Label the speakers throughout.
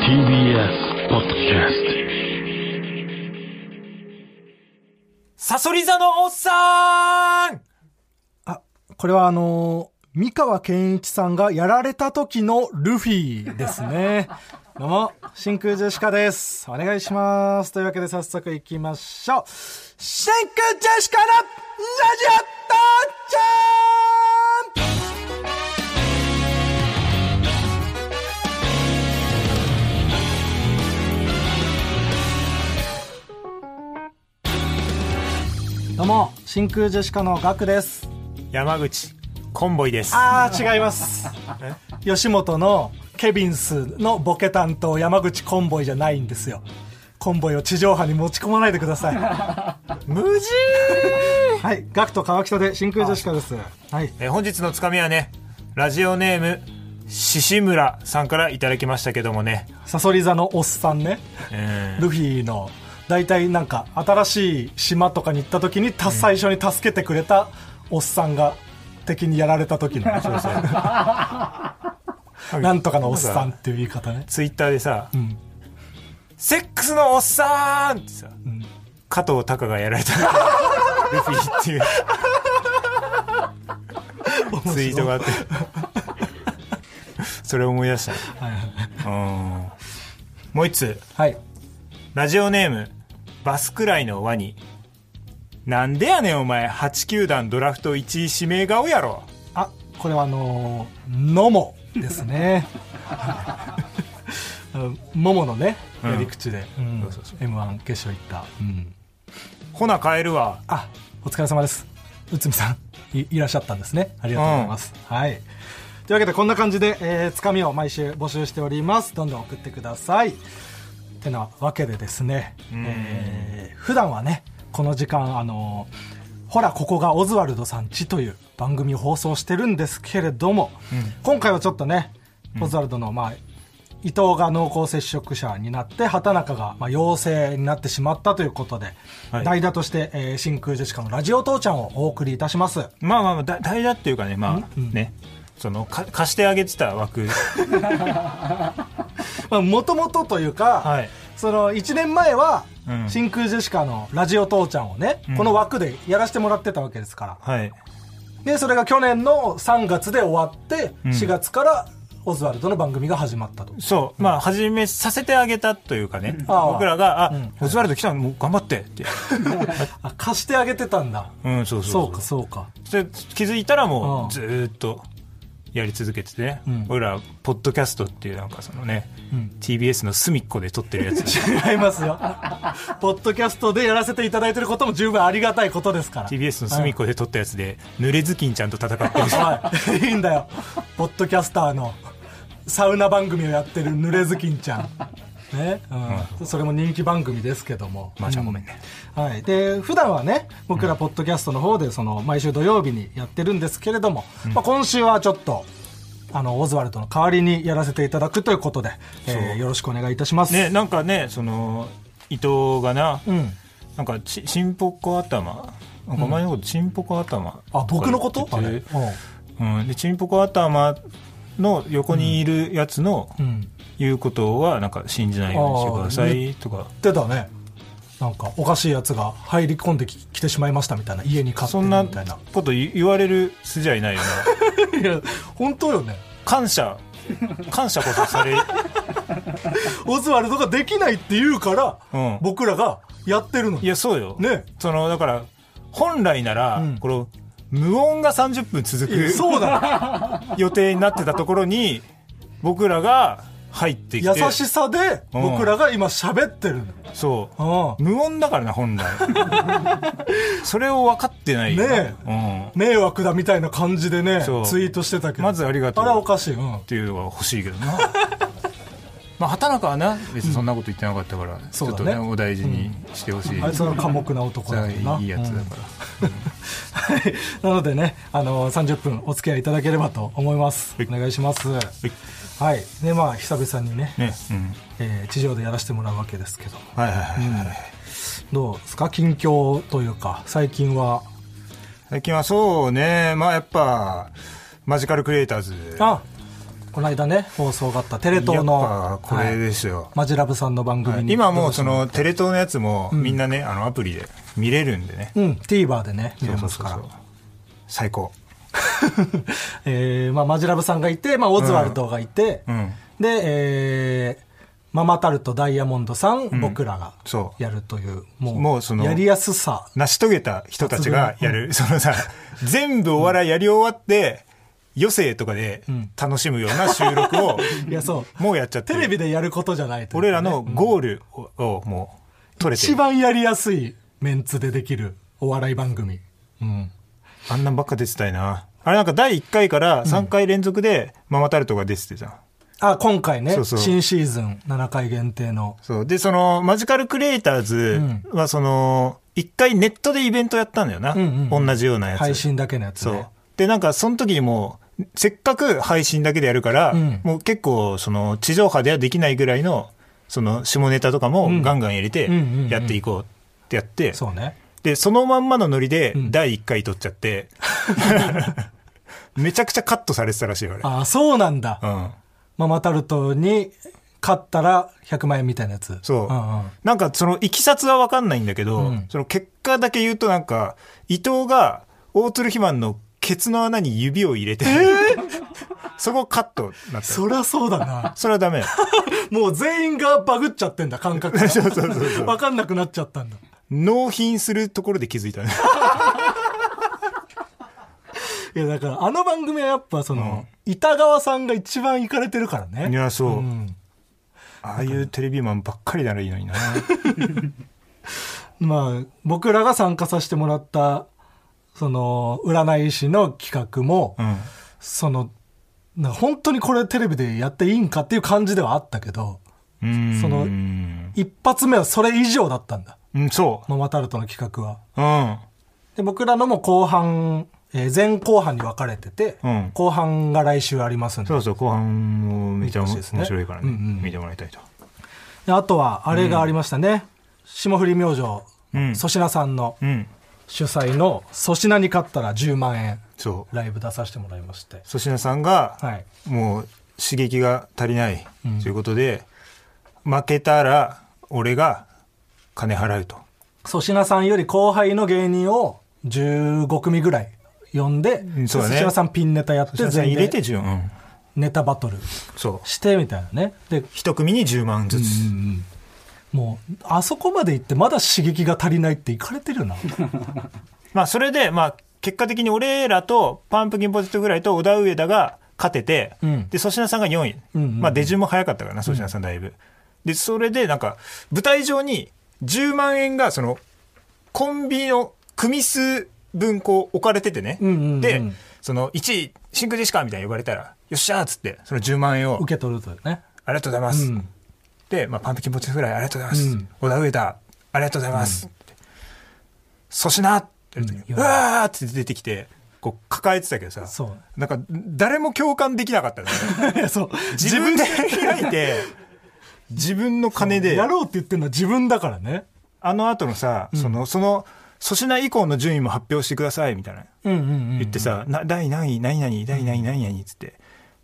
Speaker 1: TBS ポッドキャス
Speaker 2: サソリ座のおっさん
Speaker 3: あ、これはあのー三河健一さんがやられた時のルフィですね。 どうも、真空ジェシカです。お願いします。というわけで早速行きましょう。真空ジェシカのラジオ父ちゃんどうも、真空ジェシカのガクです。
Speaker 2: 山口コンボイです
Speaker 3: あー違います 吉本のケビンスのボケ担当山口コンボイじゃないんですよコンボイを地上波に持ち込まないでください
Speaker 2: 無事
Speaker 3: はいガクと川北で真空ジェシカですはい
Speaker 2: えー本日のつかみはねラジオネーム獅子村さんからいただきましたけどもね、
Speaker 3: サソリ座のおっさんね
Speaker 2: うん
Speaker 3: ルフィの大体なんか新しい島とかに行った時にた最初に助けてくれたおっさんが敵にやられた時の なんとかのおっさんっていう言い方ね
Speaker 2: ツイッターでさ、セックスのおっさん!」ってさ、加藤鷹がやら れたルフィっていうツイートがあ ってそれを思い出した、うんもう一つ
Speaker 3: はい
Speaker 2: ラジオネームバスくらいのワニなんでやねんお前8球団ドラフト1位指名顔やろ
Speaker 3: あこれはあのー、のもですねあのもものね
Speaker 2: うん
Speaker 3: やり口で、
Speaker 2: そうそうそ
Speaker 3: m 1決勝行った、うん
Speaker 2: ほな帰るわ
Speaker 3: あお疲れ様です内海さんいいらっしゃったんですねありがとうございます、はいというわけでこんな感じで、えーつかみを毎週募集しておりますどんどん送ってくださいてなわけでですね、えー普段はねこの時間あのーほらここがオズワルドさんちという番組を放送してるんですけれども、今回はちょっとねオズワルドの、まあ、伊藤が濃厚接触者になって畑中が、まあ、陽性になってしまったということで、
Speaker 2: はい
Speaker 3: 代打として、えー真空ジェシカのラジオ父ちゃんをお送りいたします
Speaker 2: まあまあまあだ代打っていうかねまあね、そのか貸してあげて た枠
Speaker 3: もともとというか、
Speaker 2: はい
Speaker 3: その1年前は、
Speaker 2: うん
Speaker 3: 真空ジェシカのラジオ父ちゃんをね、この枠でやらせてもらってたわけですから
Speaker 2: はい
Speaker 3: でそれが去年の3月で終わって、
Speaker 2: ん
Speaker 3: 4月からオズワルドの番組が始まったと
Speaker 2: そう、まあ始めさせてあげたというかね、
Speaker 3: ああ
Speaker 2: 僕らが「あ、
Speaker 3: うん
Speaker 2: オズワルド来たのもう頑張って」 って
Speaker 3: あ貸してあげてたんだ
Speaker 2: うんそう
Speaker 3: そ
Speaker 2: そうう
Speaker 3: か
Speaker 2: そう
Speaker 3: そうか
Speaker 2: で気づいたら
Speaker 3: う
Speaker 2: も
Speaker 3: ん
Speaker 2: うずーっとやり続けててね、
Speaker 3: ん
Speaker 2: 俺らポッドキャストっていうなんかそのね、
Speaker 3: ん
Speaker 2: TBS の隅っこで撮ってるやつ
Speaker 3: 違います よポッドキャストでやらせていただいてることも十分ありがたいことですから
Speaker 2: TBS の隅っこで撮ったやつで、濡れずきんちゃんと戦ってる
Speaker 3: はい、いいんだよポッドキャスターのサウナ番組をやってる濡れずきんちゃんね、うんそれも人気番組ですけども
Speaker 2: まあじゃあごめんね、
Speaker 3: はい、で普段はね僕らポッドキャストの方でその毎週土曜日にやってるんですけれども、まあ、今週はちょっとあのオズワルドの代わりにやらせていただくということで、えーよろしくお願いいたします、
Speaker 2: ねなんかねその伊藤がな、
Speaker 3: うん、
Speaker 2: なんかちちんぽこ頭なんかお前のことちんぽこ頭
Speaker 3: あ僕のこと
Speaker 2: とか
Speaker 3: あれう
Speaker 2: 言っ
Speaker 3: ん
Speaker 2: ててうん、でちんぽこ頭の横にいるやつの
Speaker 3: うん
Speaker 2: 言うことはなんか信じないようにしてくださいとか
Speaker 3: 言ってたねなんかおかしいやつが入り込んでき来てしまいましたみたいな家に勝手
Speaker 2: そ
Speaker 3: にみ
Speaker 2: んな
Speaker 3: たいな
Speaker 2: こと言言われる筋合いないよな
Speaker 3: いや本当よね
Speaker 2: 感謝感謝こそされ
Speaker 3: オズワルドができないって言うから、
Speaker 2: うん
Speaker 3: 僕らがやってるの
Speaker 2: いやそうよ、
Speaker 3: ね
Speaker 2: そのだから本来なら、
Speaker 3: うん
Speaker 2: この無音が30分続
Speaker 3: いや
Speaker 2: く
Speaker 3: そう だ
Speaker 2: 予定になってたところに僕らが入ってき
Speaker 3: 優
Speaker 2: て
Speaker 3: しさで
Speaker 2: うん
Speaker 3: 僕らが今喋ってる
Speaker 2: そう
Speaker 3: のうん
Speaker 2: 無音だからな 本来それを分かってないよ
Speaker 3: ね迷惑だみたいな感じでね
Speaker 2: そう
Speaker 3: ツイートしてた
Speaker 2: う
Speaker 3: け
Speaker 2: ん、
Speaker 3: ど
Speaker 2: まずありがと
Speaker 3: あ
Speaker 2: う
Speaker 3: れはお
Speaker 2: っ
Speaker 3: かしいうん
Speaker 2: ていうのが欲しいけどな まあ畑中はな別にそんなこと言ってなかったから、ち
Speaker 3: そう
Speaker 2: ょ
Speaker 3: だ
Speaker 2: っ
Speaker 3: ね
Speaker 2: とねお大事にしてほしい、
Speaker 3: あいつは寡黙な男だもんな。
Speaker 2: いいやつだから、
Speaker 3: はい なのでね、あの30分お付き合いいただければと思います。
Speaker 2: はい
Speaker 3: お願いします。はい。で、まあ、久々にね、
Speaker 2: ねうん
Speaker 3: えー地上でやらせてもらうわけですけど、
Speaker 2: はいはいはい、
Speaker 3: どうですか近況というか、最近は。
Speaker 2: 最近はそうねまあやっぱマジカルクリエイターズ
Speaker 3: あこの間ね放送があったテレ東
Speaker 2: や
Speaker 3: の
Speaker 2: っぱこれですよ、
Speaker 3: マジラブさんの番組に、
Speaker 2: 今もうそのテレ東のやつもみんなね、あのアプリで見れるんでね
Speaker 3: うん TVer でね見れ
Speaker 2: そう
Speaker 3: ます
Speaker 2: そう
Speaker 3: か
Speaker 2: そ
Speaker 3: ら
Speaker 2: う最高
Speaker 3: えーまあ、マジラブさんがいて、まあ、オズワルドがいて、
Speaker 2: うん
Speaker 3: で、えーママタルトダイヤモンドさん、僕らが
Speaker 2: そう
Speaker 3: やるというもう
Speaker 2: もうその
Speaker 3: やりやすさ
Speaker 2: 成し遂げた人たちがやる、そのさ全部お笑いやり終わって、余生とかで楽しむような収録 を、
Speaker 3: いやそう
Speaker 2: もうやっちゃって
Speaker 3: テ
Speaker 2: る
Speaker 3: レビでやることじゃないというかね
Speaker 2: 俺らのゴールを,、もう取れて
Speaker 3: 一
Speaker 2: る
Speaker 3: 番やりやすいメンツでできるお笑い番組、うん、
Speaker 2: あんなんばっか出てたいなあれなんか第1回から3回連続でママタルトが出ててじゃん、
Speaker 3: あ今回ね
Speaker 2: そうそう
Speaker 3: 新シーズン7回限定の
Speaker 2: そうでそのマジカルクリエイターズはその1回ネットでイベントやったんだよな、
Speaker 3: んうん
Speaker 2: 同じようなやつ
Speaker 3: 配信だけのやつ
Speaker 2: そう
Speaker 3: ね。
Speaker 2: で、なんか、その時にもう、せっかく配信だけでやるから、
Speaker 3: ん
Speaker 2: もう結構、その、地上波ではできないぐらいの、その、下ネタとかもガンガン入れて
Speaker 3: うんうんうんう、ん
Speaker 2: やっていこうってやって、
Speaker 3: そうね
Speaker 2: で、そのまんまのノリで、第1回撮っちゃ って、 めちゃくちゃカットされてたらしいよ、あれ。
Speaker 3: あそうなんだ、
Speaker 2: うん。
Speaker 3: ママタルトに勝ったら100万円みたいなやつ
Speaker 2: そう。
Speaker 3: んうん
Speaker 2: なんか、その、いきさつはわかんないんだけど、
Speaker 3: うん
Speaker 2: その結果だけ言うと、なんか、伊藤が、大鶴肥満のケツの穴に指を入れて、 そこカットなった。
Speaker 3: そりゃそうだ な。
Speaker 2: それはダメよ。
Speaker 3: もう全員がバグっちゃってんだ、感覚が。
Speaker 2: そうそうそうそう
Speaker 3: わかんなくなっちゃったんだ。
Speaker 2: 納品するところで気づ いたね。
Speaker 3: いや、だから、あの番組はやっぱその、板川さんが一番行かれてるからね。
Speaker 2: いや、そう。
Speaker 3: うん
Speaker 2: ああいうテレビマンばっかりならいいのにな。
Speaker 3: まあ、僕らが参加させてもらった、その、占い師の企画も、
Speaker 2: うん。
Speaker 3: その、なんか本当にこれテレビでやっていいんかっていう感じではあったけど、
Speaker 2: うん。
Speaker 3: その
Speaker 2: うん、
Speaker 3: 一発目はそれ以上だったんだ。
Speaker 2: そ
Speaker 3: ママタルトの企画は。
Speaker 2: う。うん。
Speaker 3: で僕らのも後半、えー前後半に分かれてて、
Speaker 2: うん
Speaker 3: 後半が来週ありますんで
Speaker 2: そうそう、後半もめちゃ
Speaker 3: 見てほしい
Speaker 2: 面
Speaker 3: ですね
Speaker 2: 白いから
Speaker 3: うんう
Speaker 2: ね。
Speaker 3: ん
Speaker 2: 見てもらいたいと。
Speaker 3: であとはあれがありましたね、霜降り明星
Speaker 2: うん
Speaker 3: 粗品さんの
Speaker 2: うん。
Speaker 3: 主催の「粗品に勝ったら10万円
Speaker 2: そう」。
Speaker 3: ライブ出させてもらいまして
Speaker 2: 粗品さんが、
Speaker 3: はい
Speaker 2: もう刺激が足りないということで、負けたら俺が金払うと。
Speaker 3: 粗品さんより後輩の芸人を15組ぐらい呼んで、
Speaker 2: んそうだね
Speaker 3: 粗品さんピンネタやって
Speaker 2: 粗品さん
Speaker 3: 全
Speaker 2: 入
Speaker 3: 員
Speaker 2: れ
Speaker 3: で
Speaker 2: て10、うん。
Speaker 3: ネタバトル
Speaker 2: そう。
Speaker 3: してみたいなねで
Speaker 2: 一組に10万ずつ。
Speaker 3: もうあそこまで行ってまだ刺激が足りないっていかれてるよ な
Speaker 2: まあ、それで、まあ、結果的に俺らとパンプキンポテトぐらいと小田上田が勝てて、
Speaker 3: うん
Speaker 2: で、粗品さんが4位。
Speaker 3: うんうん
Speaker 2: まあ、出順も早かったからな、粗品さんだいぶ。で、それで、なんか、舞台上に10万円が、その、コンビニの組数分こう置かれててね。
Speaker 3: うんうんうん
Speaker 2: で、その、1位、真空ジェシカみたいに呼ばれたら、よっしゃーっつって、その10万円を、
Speaker 3: 受け取るという ね
Speaker 2: ありがとうございます。
Speaker 3: うん
Speaker 2: で、まあ、パンプキンポテトフライありがとうございます。
Speaker 3: うん
Speaker 2: 小田上田ありがとうございます。って粗品って言った時に
Speaker 3: うん
Speaker 2: うわーって出てきて、こう抱えてたけどさ、
Speaker 3: そう
Speaker 2: なんか誰も共感できなかったのね。
Speaker 3: いやそう
Speaker 2: 自分で開いて、自分の金で
Speaker 3: や、ろうって言ってるのは自分だからね
Speaker 2: あの後のさ、その、その、粗品以降の順位も発表してください、みたいな。
Speaker 3: うんうんうん
Speaker 2: 言ってさ、な第何位、何々、第何位、何々っつって、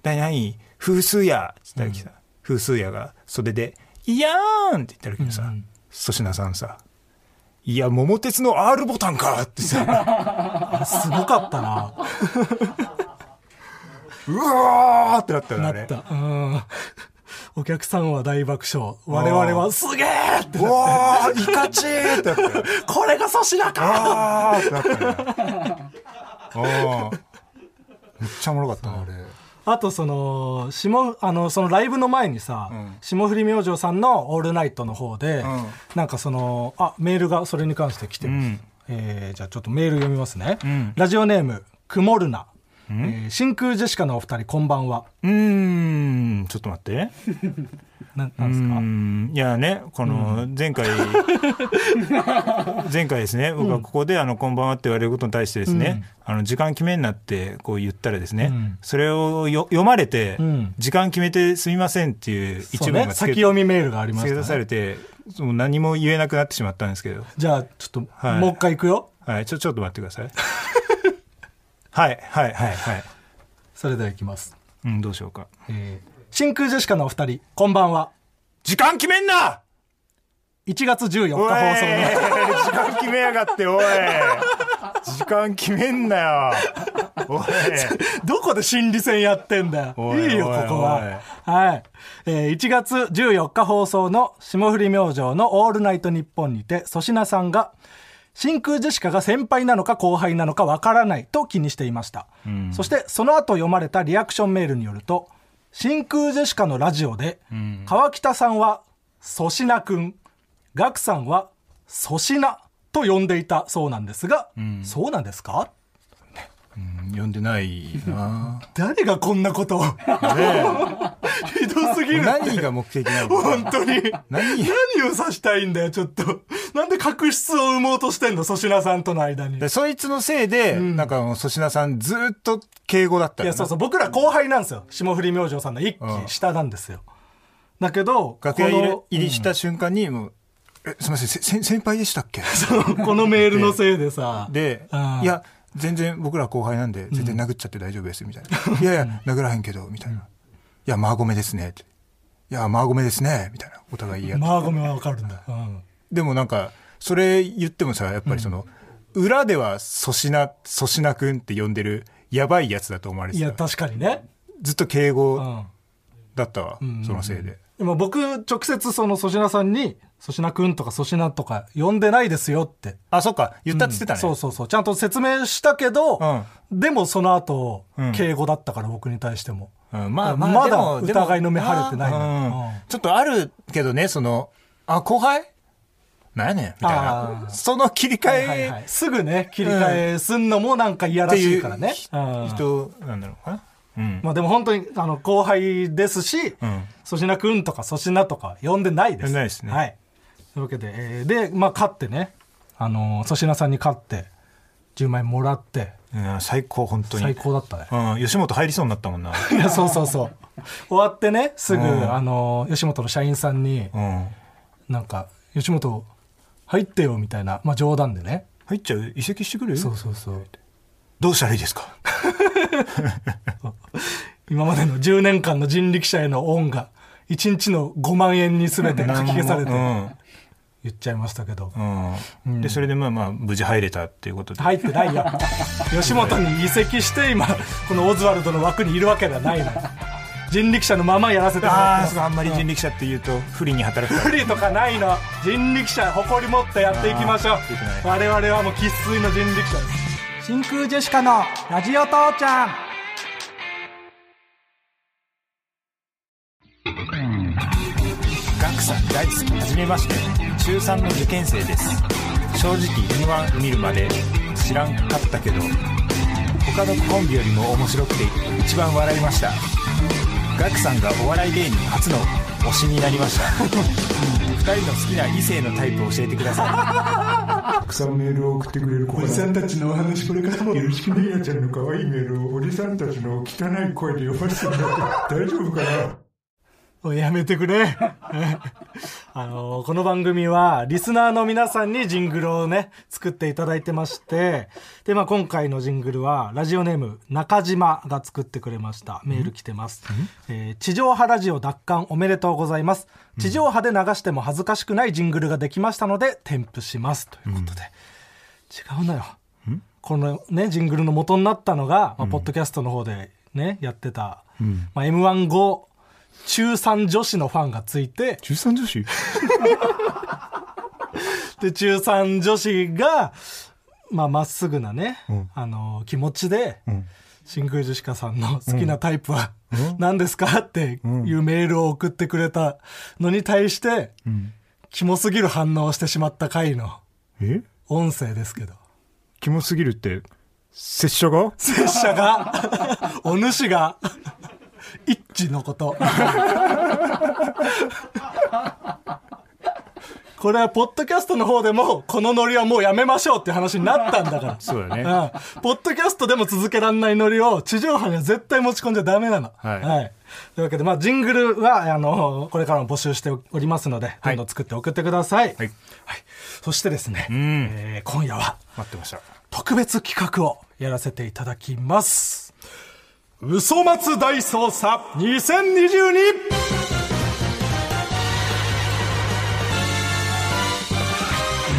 Speaker 2: 第何位、風数やっつった時さ、風数やが袖で、いやーんって言った時にさ、
Speaker 3: うん
Speaker 2: 粗、
Speaker 3: うん
Speaker 2: 品さんさ、いや、桃鉄の R ボタンかって さ、
Speaker 3: すごかったな
Speaker 2: うわーってなったよね、
Speaker 3: な
Speaker 2: あれ
Speaker 3: っ。たうんお客さんは大爆笑我々はすげえって
Speaker 2: うわー、イカチーってなったよ。
Speaker 3: これが粗品か
Speaker 2: あーってなったよ ね。あー。めっちゃおもろかったな、あれ。
Speaker 3: あとその下あのそのライブの前にさ、
Speaker 2: ん
Speaker 3: 霜降り明星さんの「オールナイト」の方で、
Speaker 2: ん
Speaker 3: なんかそのあメールがそれに関して来てます、えーじゃあちょっとメール読みますね、
Speaker 2: ん
Speaker 3: ラジオネーム曇るな、えー真空ジェシカのお二人こんばんは
Speaker 2: うーん、ちょっと待って。
Speaker 3: ななんですか
Speaker 2: うんいやねこの 前回、前回ですね僕はここで「あのこんばんは」って言われることに対してですね、あの時間決めになってこう言ったらですね、
Speaker 3: うん
Speaker 2: それをよ読まれて、
Speaker 3: うん
Speaker 2: 時間決めてすみません」っていう
Speaker 3: そ
Speaker 2: 一
Speaker 3: う
Speaker 2: 文
Speaker 3: ね
Speaker 2: がつけ,、
Speaker 3: 先読みメールがありま
Speaker 2: 付
Speaker 3: し
Speaker 2: け
Speaker 3: た、
Speaker 2: 出
Speaker 3: ね、
Speaker 2: されてもう何も言えなくなってしまったんですけど、
Speaker 3: じゃあちょっと、
Speaker 2: はい
Speaker 3: もう一回いくよ
Speaker 2: はい、ちょ ちょっと待ってくださいはいはいはいはい
Speaker 3: それではいきます
Speaker 2: うん、どうしようか。
Speaker 3: えー真空ジェシカのお二人、こんばんは。
Speaker 2: 時間決めんな
Speaker 3: 1月14日
Speaker 2: おい
Speaker 3: 放送の
Speaker 2: 時間決めやがって、おい時間決めんなよおい
Speaker 3: どこで心理戦やってんだよ。
Speaker 2: おい
Speaker 3: いいよ、こ
Speaker 2: おい
Speaker 3: こは。はい。えー1月14日放送の霜降り明星のオールナイトニッポンにて、粗品さんが、真空ジェシカが先輩なのか後輩なのかわからないと気にしていました。そして、その後読まれたリアクションメールによると、真空ジェシカのラジオで、川北さんは粗品くん、ガクさんは粗品と呼んでいたそうなんですが、そうなんですか
Speaker 2: 読んでないな
Speaker 3: 誰がこんなことをひどすぎる
Speaker 2: 何が目的なの
Speaker 3: 本当に
Speaker 2: 何
Speaker 3: 何を指したいんだよちょっとなんで確執を生もうとしてんの粗品さんとの間にい
Speaker 2: でそいつのせいで、なんかもう粗品さんずっと敬語だったよ
Speaker 3: や
Speaker 2: な
Speaker 3: そうそう僕ら後輩なんですよ霜降り明星さんの一期下なんですよ、だけど
Speaker 2: 楽屋入れ
Speaker 3: この
Speaker 2: 入りした瞬間にもう、えすみませんせ先先輩でしたっけ
Speaker 3: この メールのせいでさ
Speaker 2: で、
Speaker 3: うん
Speaker 2: いや全然僕ら後輩なんで全然殴っちゃって大丈夫ですみたいな、 いやいや殴らへんけどみたいな、いやマーゴメですねっていやマーゴメですねみたいなお互い言い合って、
Speaker 3: まあごめんわかるんだ、うん
Speaker 2: でもなんかそれ言ってもさやっぱりその、裏では粗品粗品くんって呼んでるやばいやつだと思われて
Speaker 3: いや
Speaker 2: た
Speaker 3: 確かにね、
Speaker 2: ずっと敬
Speaker 3: う
Speaker 2: 語
Speaker 3: ん、
Speaker 2: だったわ、そのせいで、
Speaker 3: でも僕直接その粗品さんに粗品くんとか粗品とか呼んでないですよって
Speaker 2: あそっか言ったっつってたね、
Speaker 3: そうそうそうちゃんと説明したけど、でもその後、
Speaker 2: うん
Speaker 3: 敬語だったから僕に対しても
Speaker 2: うんまあ
Speaker 3: ま
Speaker 2: ま
Speaker 3: あ
Speaker 2: あ、
Speaker 3: まだ
Speaker 2: でもでも
Speaker 3: 疑いの目晴れてないね
Speaker 2: うん
Speaker 3: うん
Speaker 2: ちょっとあるけどね、その、あ、後輩なんやねんみたい
Speaker 3: あー
Speaker 2: な。その切り替
Speaker 3: は
Speaker 2: え、
Speaker 3: いはいはい、すぐね切り替えすんのもなんかいや
Speaker 2: っ
Speaker 3: ら
Speaker 2: て
Speaker 3: し
Speaker 2: い
Speaker 3: いうからね、
Speaker 2: ひ
Speaker 3: うん
Speaker 2: 人なんだろうかな。うん。
Speaker 3: まあでも本当にあの後輩ですし
Speaker 2: ん
Speaker 3: 粗品、くんとか粗品とか呼んでないです
Speaker 2: 呼んでないですね
Speaker 3: はい、というわけで、えーで、まあ、勝ってねあの粗品さんに勝って10万円もらって
Speaker 2: うん最高、本当に。
Speaker 3: 最高だったね
Speaker 2: うん、吉本入りそうになったもんな。
Speaker 3: いやそうそうそう 終わってねすぐ、
Speaker 2: うん
Speaker 3: あの吉本の社員さんに
Speaker 2: うん。
Speaker 3: なんか吉本入ってよみたいな、まあ、冗談でね
Speaker 2: 入っちゃう移籍してくる
Speaker 3: そうそうそう
Speaker 2: どうしたらいいです か
Speaker 3: 今までの10年間の人力車への恩が1日の5万円に全てかき消されて
Speaker 2: う
Speaker 3: 言っちゃいましたけど、
Speaker 2: ん。うん。で、それでまあまあ、無事入れたっていうことで。
Speaker 3: 入ってないよ吉本に移籍して今このオズワルドの枠にいるわけではないの人力車のままやらせてもら
Speaker 2: ああ、
Speaker 3: って
Speaker 2: そう
Speaker 3: ます
Speaker 2: あんまり人力車って言うと、不利に働くか
Speaker 3: 不利とかないの人力車誇り持ってやっていきましょう
Speaker 2: あー良くない
Speaker 3: 我々はもう生粋の人力車です真空ジェシカのラジオ父ちゃん
Speaker 2: ガクさん大好きはじめまして中3の受験生です正直 M1 見るまで知らんかったけど他のコンビよりも面白くて一番笑いましたガクさんがお笑い芸人初の推しになりました 二人の好きな異性のタイプを教えてくださ
Speaker 4: おじさんたちのお話これからもよろしくねやちゃんの可愛いメールをおじさんたちの汚い声で読ませてもらって大丈夫かな
Speaker 3: おいやめてくれ あのこの番組はリスナーの皆さんにジングルをね作っていただいてましてで、まあ、今回のジングルはラジオネーム中島が作ってくれましたメール来てます、えー地上波ラジオ奪還おめでとうございます地上波で流しても恥ずかしくないジングルができましたので添付しますということで、違うのよこのねジングルの元になったのが、まあ、ポッドキャストの方でねやってた、まあ、m 1後中3女子のファンがついて
Speaker 2: い 中3女子
Speaker 3: で中3女子がまあ、まっすぐなね、あの気持ちで、真空ジェシカさんの好きなタイプは、何ですかっていうメールを送ってくれたのに対して、キモすぎる反応をしてしまった回の
Speaker 2: え
Speaker 3: 音声ですけど
Speaker 2: キモすぎるって拙者が
Speaker 3: 拙者が お主が一致のこと これはポッドキャストの方でもこのノリはもうやめましょうっていう話になったんだから
Speaker 2: そうだね
Speaker 3: んポッドキャストでも続けられないノリを地上波には絶対持ち込んじゃダメなの
Speaker 2: はい
Speaker 3: というわけで、まあ、ジングルはあのこれからも募集しておりますので、
Speaker 2: い
Speaker 3: どんどん作って送ってください、
Speaker 2: はい
Speaker 3: そしてですね、
Speaker 2: ん
Speaker 3: えー今夜は
Speaker 2: 待ってました
Speaker 3: 特別企画をやらせていただきます。嘘松大捜査2022こ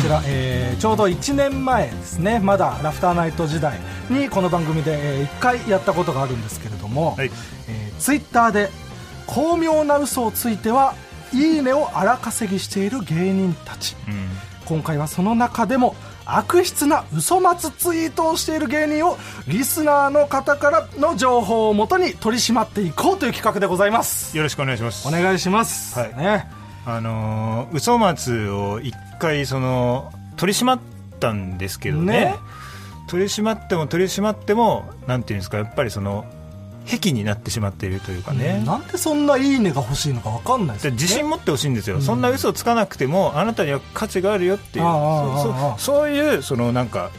Speaker 3: ちら、えーちょうど1年前ですねまだラフターナイト時代にこの番組で、え1回やったことがあるんですけれども、
Speaker 2: はい
Speaker 3: えツイッター Twitter で巧妙な嘘をついては「いいね」を荒稼ぎしている芸人たち、今回はその中でも悪質な嘘松ツイートをしている芸人をリスナーの方からの情報をもとに取り締まっていこうという企画でございます
Speaker 2: よろしくお願いします
Speaker 3: お願いします、
Speaker 2: はい
Speaker 3: ね
Speaker 2: あのー、嘘松を一回その取り締まったんですけどね
Speaker 3: ね
Speaker 2: 取り締まっても取り締まってもなんていうんですかやっぱりその癖になってしまっているというかね、
Speaker 3: なんでそんな「いいね」が欲しいのか分かんないです
Speaker 2: で
Speaker 3: よね
Speaker 2: 自信持ってほしいんですよ、そんな嘘をつかなくてもあなたには価値があるよっていう
Speaker 3: ああああ
Speaker 2: そ
Speaker 3: ああ
Speaker 2: そそういうそのなんか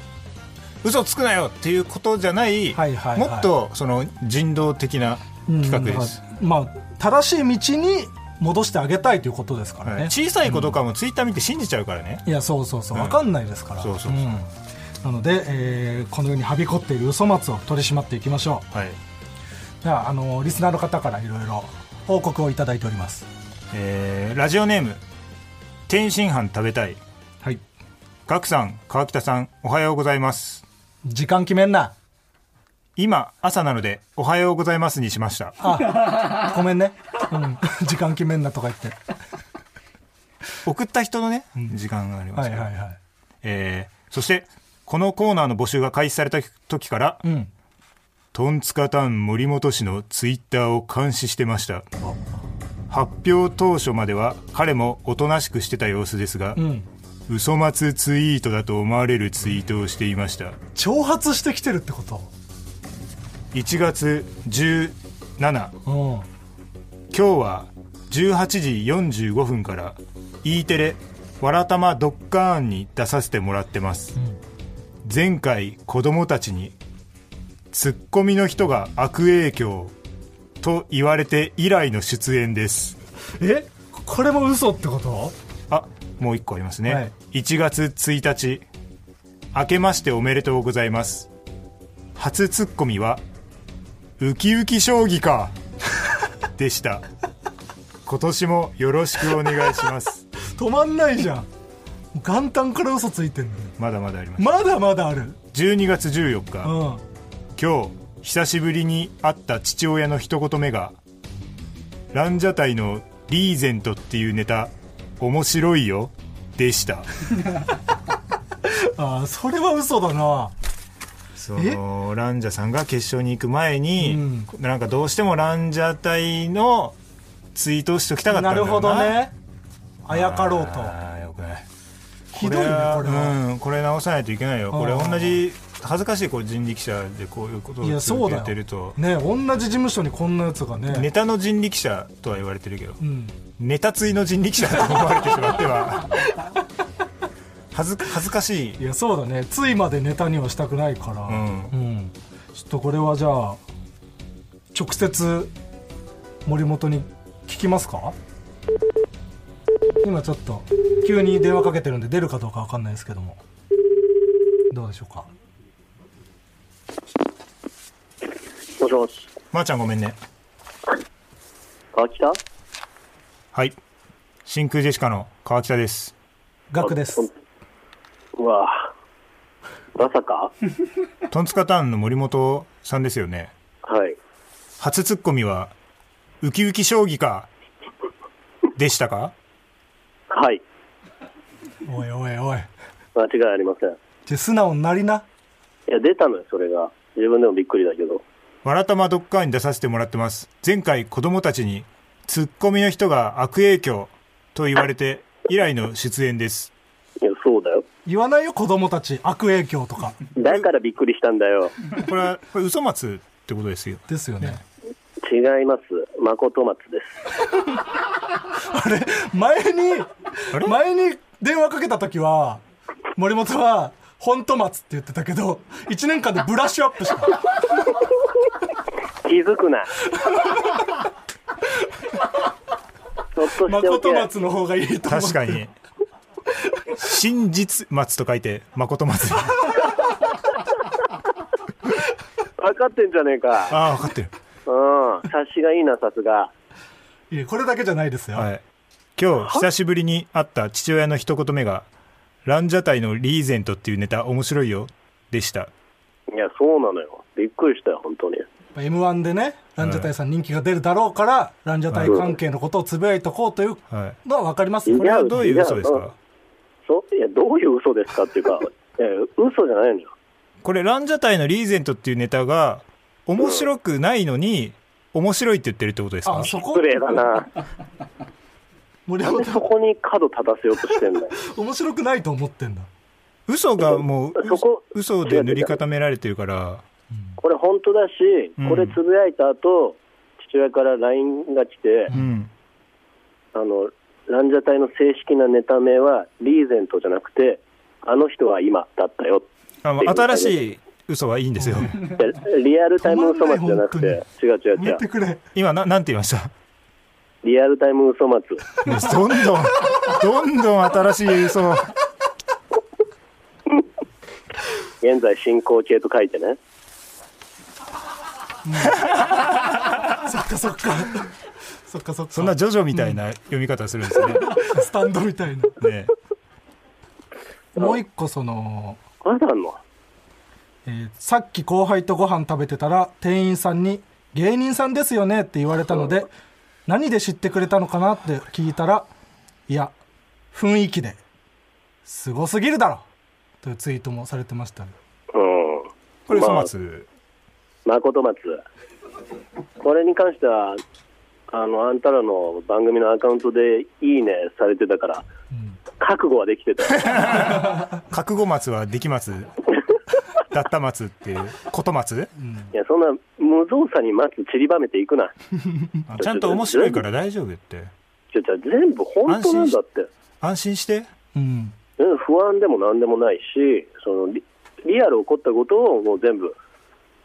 Speaker 2: 嘘をつくなよっていうことじゃない,、
Speaker 3: はいはいはい
Speaker 2: もっとその人道的な企画です、
Speaker 3: うんまあ、正しい道に戻してあげたいということですから
Speaker 2: は
Speaker 3: ね、
Speaker 2: い小さい子とかもツイッター見て信じちゃうからね、
Speaker 3: いやそうそうそう
Speaker 2: うん
Speaker 3: 分かんないですから、
Speaker 2: そうそうそうん
Speaker 3: なので、えーこのようにはびこっている嘘松を取り締まっていきましょ
Speaker 2: はい、
Speaker 3: うではあのリスナーの方からいろいろ報告をいただいております
Speaker 2: えーラジオネーム天津飯食べたい
Speaker 3: はい
Speaker 2: ガクさん川北さんおはようございます
Speaker 3: 時間決めんな
Speaker 2: 今朝なのでおはようございますにしました
Speaker 3: あごめんね、うん、 時間決めんなとか言って
Speaker 2: 送った人のね時間がありま
Speaker 3: は
Speaker 2: す
Speaker 3: い
Speaker 2: か
Speaker 3: はい
Speaker 2: ら、
Speaker 3: はい
Speaker 2: えーそしてこのコーナーの募集が開始された時から、
Speaker 3: ん
Speaker 2: トンツカタン森本氏のツイッターを監視してました発表当初までは彼もおとなしくしてた様子ですが、
Speaker 3: ん
Speaker 2: 嘘松ツイートだと思われるツイートをしていました
Speaker 3: 挑発してきてるってこと
Speaker 2: 1月17今
Speaker 3: うん
Speaker 2: 日は18時45分から E テレ「わらたまドッカーン」に出させてもらってます、前回子供たちに「ツッコミの人が悪影響」と言われて以来の出演です
Speaker 3: えこれも嘘ってこと
Speaker 2: あもう1個ありますね、
Speaker 3: はい
Speaker 2: 1月1日明けましておめでとうございます初ツッコミは「ウキウキ将棋 か」でした今年もよろしくお願いします
Speaker 3: 止まんないじゃん元旦から嘘ついてんのよ
Speaker 2: まだまだあります
Speaker 3: まだまだある
Speaker 2: 12月14日、
Speaker 3: うん
Speaker 2: 今日久しぶりに会った父親の一言目が「ランジャタイのリーゼントっていうネタ面白いよ」でした
Speaker 3: ああそれは嘘だな
Speaker 2: そのランジャさんが決勝に行く前に、なんかどうしてもランジャタイのツイートをしときたかった
Speaker 3: なん
Speaker 2: だ
Speaker 3: る
Speaker 2: よ
Speaker 3: ほど
Speaker 2: な
Speaker 3: ねあやかろうと
Speaker 2: あーよくない
Speaker 3: ひどいねこれ
Speaker 2: は
Speaker 3: は、
Speaker 2: うん、これ直さないといけないよこれ
Speaker 3: あー
Speaker 2: 同じ恥ずかしいこう人力車でこういうこと
Speaker 3: い
Speaker 2: を
Speaker 3: やそ
Speaker 2: 続
Speaker 3: うだ
Speaker 2: け
Speaker 3: よ
Speaker 2: てると、
Speaker 3: ね同じ事務所にこんなやつがね
Speaker 2: ネタの人力車とは言われてるけど、
Speaker 3: うん
Speaker 2: ネタついの人力車と思われてしまっては恥ず恥ずかしい
Speaker 3: いやそうだねついまでネタにはしたくないから
Speaker 2: う
Speaker 3: うん、ちょっとこれはじゃあ直接森本に聞きますか今ちょっと急に電話かけてるんで出るかどうかわかんないですけどもどうでしょうか
Speaker 5: もしもし、
Speaker 2: まー、ちゃんごめんね
Speaker 5: 川北
Speaker 2: はい真空ジェシカの川北です
Speaker 3: ガクです
Speaker 5: うわぁま さか
Speaker 2: トンツカタンの森本さんですよね
Speaker 5: はい。
Speaker 2: 初ツッコミは「ウキウキ将棋か」でしたか
Speaker 5: はい。
Speaker 3: おいおいおい
Speaker 5: 間違いありません。
Speaker 3: じゃあ素直になりな。
Speaker 5: いや、出たのよ、それが。自分でもびっくりだけど。
Speaker 2: わらたまドッカーに出させてもらってます前回子供たちに「ツッコミの人が悪影響」と言われて以来の出演です
Speaker 5: いや、そうだよ。
Speaker 3: 言わないよ、子供たち。悪影響とか。
Speaker 5: だからびっくりしたんだよ。
Speaker 2: これはこれ嘘松ってことですよ
Speaker 3: ですよね。
Speaker 5: 違います。誠松です。
Speaker 3: 前に
Speaker 2: れ、
Speaker 3: 前に電話かけた時は、森本は、本当松って言ってたけど、1年間でブラッシュアップ した。
Speaker 5: 気づ くな。そっとしておけ。
Speaker 3: 誠松の方がいいと思う。
Speaker 2: 確かに。真実松と書いて、誠松。
Speaker 5: 分かってんじゃねえか。
Speaker 2: ああ、分かってる。
Speaker 5: うん。察しがいいな、さすが。
Speaker 3: いやこれだけじゃないですよ。
Speaker 2: はい。今日、久しぶりに会った父親の一言目が、ランジャタイのリーゼントっていうネタ面白いよ、でした。
Speaker 5: いや、そうなのよ。びっくりしたよ、本当に。
Speaker 3: まあ M1 でね、ランジャタイさん人気が出るだろうから、ランジャタイ関係のことをつぶやいとこうという
Speaker 2: は
Speaker 3: のは分かりますよ。
Speaker 5: い
Speaker 2: い。これはどういう嘘です
Speaker 5: いや
Speaker 2: か
Speaker 5: いやそういや、どういう嘘ですかっていうか、え嘘じゃないのよ。
Speaker 2: これ、ランジャタイのリーゼントっていうネタが、面白くないのに、面白いって言ってるってことですか
Speaker 3: あ、そこ
Speaker 5: 失、礼だな。
Speaker 3: 森
Speaker 5: なん
Speaker 3: 山
Speaker 5: で
Speaker 3: さ
Speaker 5: そこに角立たせようとしてんだよ。
Speaker 3: ん、面白くないと思ってんだ。
Speaker 2: 嘘がもう、
Speaker 5: そこ
Speaker 2: 嘘で塗り固められてるから、
Speaker 5: これ本当だし
Speaker 2: うん、
Speaker 5: これつぶやいた後、父親から LINE が来て、
Speaker 2: うん。
Speaker 5: あの、ランジャタイの正式なネタ名は、リーゼントじゃなくて、あの人は今だったよ。
Speaker 2: あの新しい嘘はいいんですよ。
Speaker 5: でリアルタイム嘘松じゃなくて、違う違う違
Speaker 3: や
Speaker 5: う
Speaker 3: っ。てくれ。
Speaker 2: 今な、なんて言いました
Speaker 5: リアルタイム嘘松。
Speaker 2: どんどん、どんどん新しい嘘を。
Speaker 5: 現在進行形と書いてね。
Speaker 3: そっかそっか。そっかそっか。
Speaker 2: そんなジョジョみたいな読み方するんですね。
Speaker 3: スタンドみたいな。
Speaker 2: ね
Speaker 3: もう一個その、
Speaker 5: まだあんの
Speaker 3: えーさっき後輩とご飯食べてたら店員さんに「芸人さんですよね」って言われたので何で知ってくれたのかなって聞いたら「いや雰囲気ですごすぎるだろ」というツイートもされてましたね
Speaker 5: うん。
Speaker 2: これ、
Speaker 5: まあ
Speaker 2: 粗末。
Speaker 5: 誠松。これに関しては、あの、あんたらの番組のアカウントでいいねされてたから、覚悟はで きてた。
Speaker 2: 覚悟松は出来松。だった松っていう、こと松
Speaker 5: いや、そんな無造作に松散りばめていくな。
Speaker 2: あちゃんと面白いから大丈夫って。
Speaker 5: ちょ、ちょ、全部本当なんだって。
Speaker 2: 安心して。
Speaker 3: うん
Speaker 5: うん不安でも何でもないし、そのリリアル起こったことをもう全部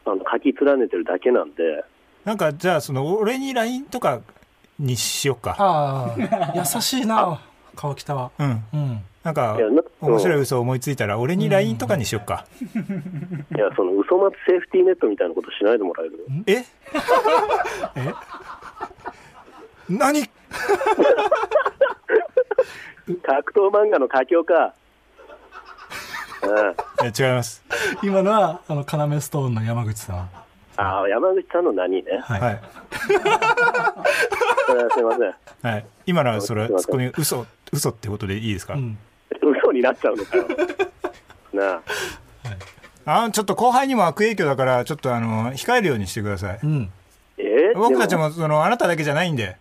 Speaker 5: あの書き連ねてるだけなん で、
Speaker 2: なんか、じゃあ、その、俺に LINE とかにしよっか。
Speaker 3: ああ優しいな川北は
Speaker 2: うん。
Speaker 3: うん
Speaker 2: なんか
Speaker 5: いやな、
Speaker 2: 面白い嘘を思いついたら、俺に LINE とかにしよっか。
Speaker 5: いや、その嘘松セーフティーネットみたいなことしないでもらえる
Speaker 2: ええ何
Speaker 5: 格闘漫画の佳境か。うん
Speaker 2: え違います。
Speaker 3: 今のはあの要ストーンの山口さん
Speaker 5: ああ、山口さんの何ね。
Speaker 3: はい
Speaker 2: はい。
Speaker 5: それはすいません。
Speaker 2: はい。今のはそれはツッコミ、嘘、嘘ってことでいいですか、
Speaker 3: うん
Speaker 5: 嘘になっちゃうのかよ。 なあ。
Speaker 2: あちょっと後輩にも悪影響だから、ちょっとあの、控えるようにしてください。
Speaker 3: うん
Speaker 5: え
Speaker 2: 僕たち
Speaker 5: で
Speaker 2: も、その、あなただけじゃないんで。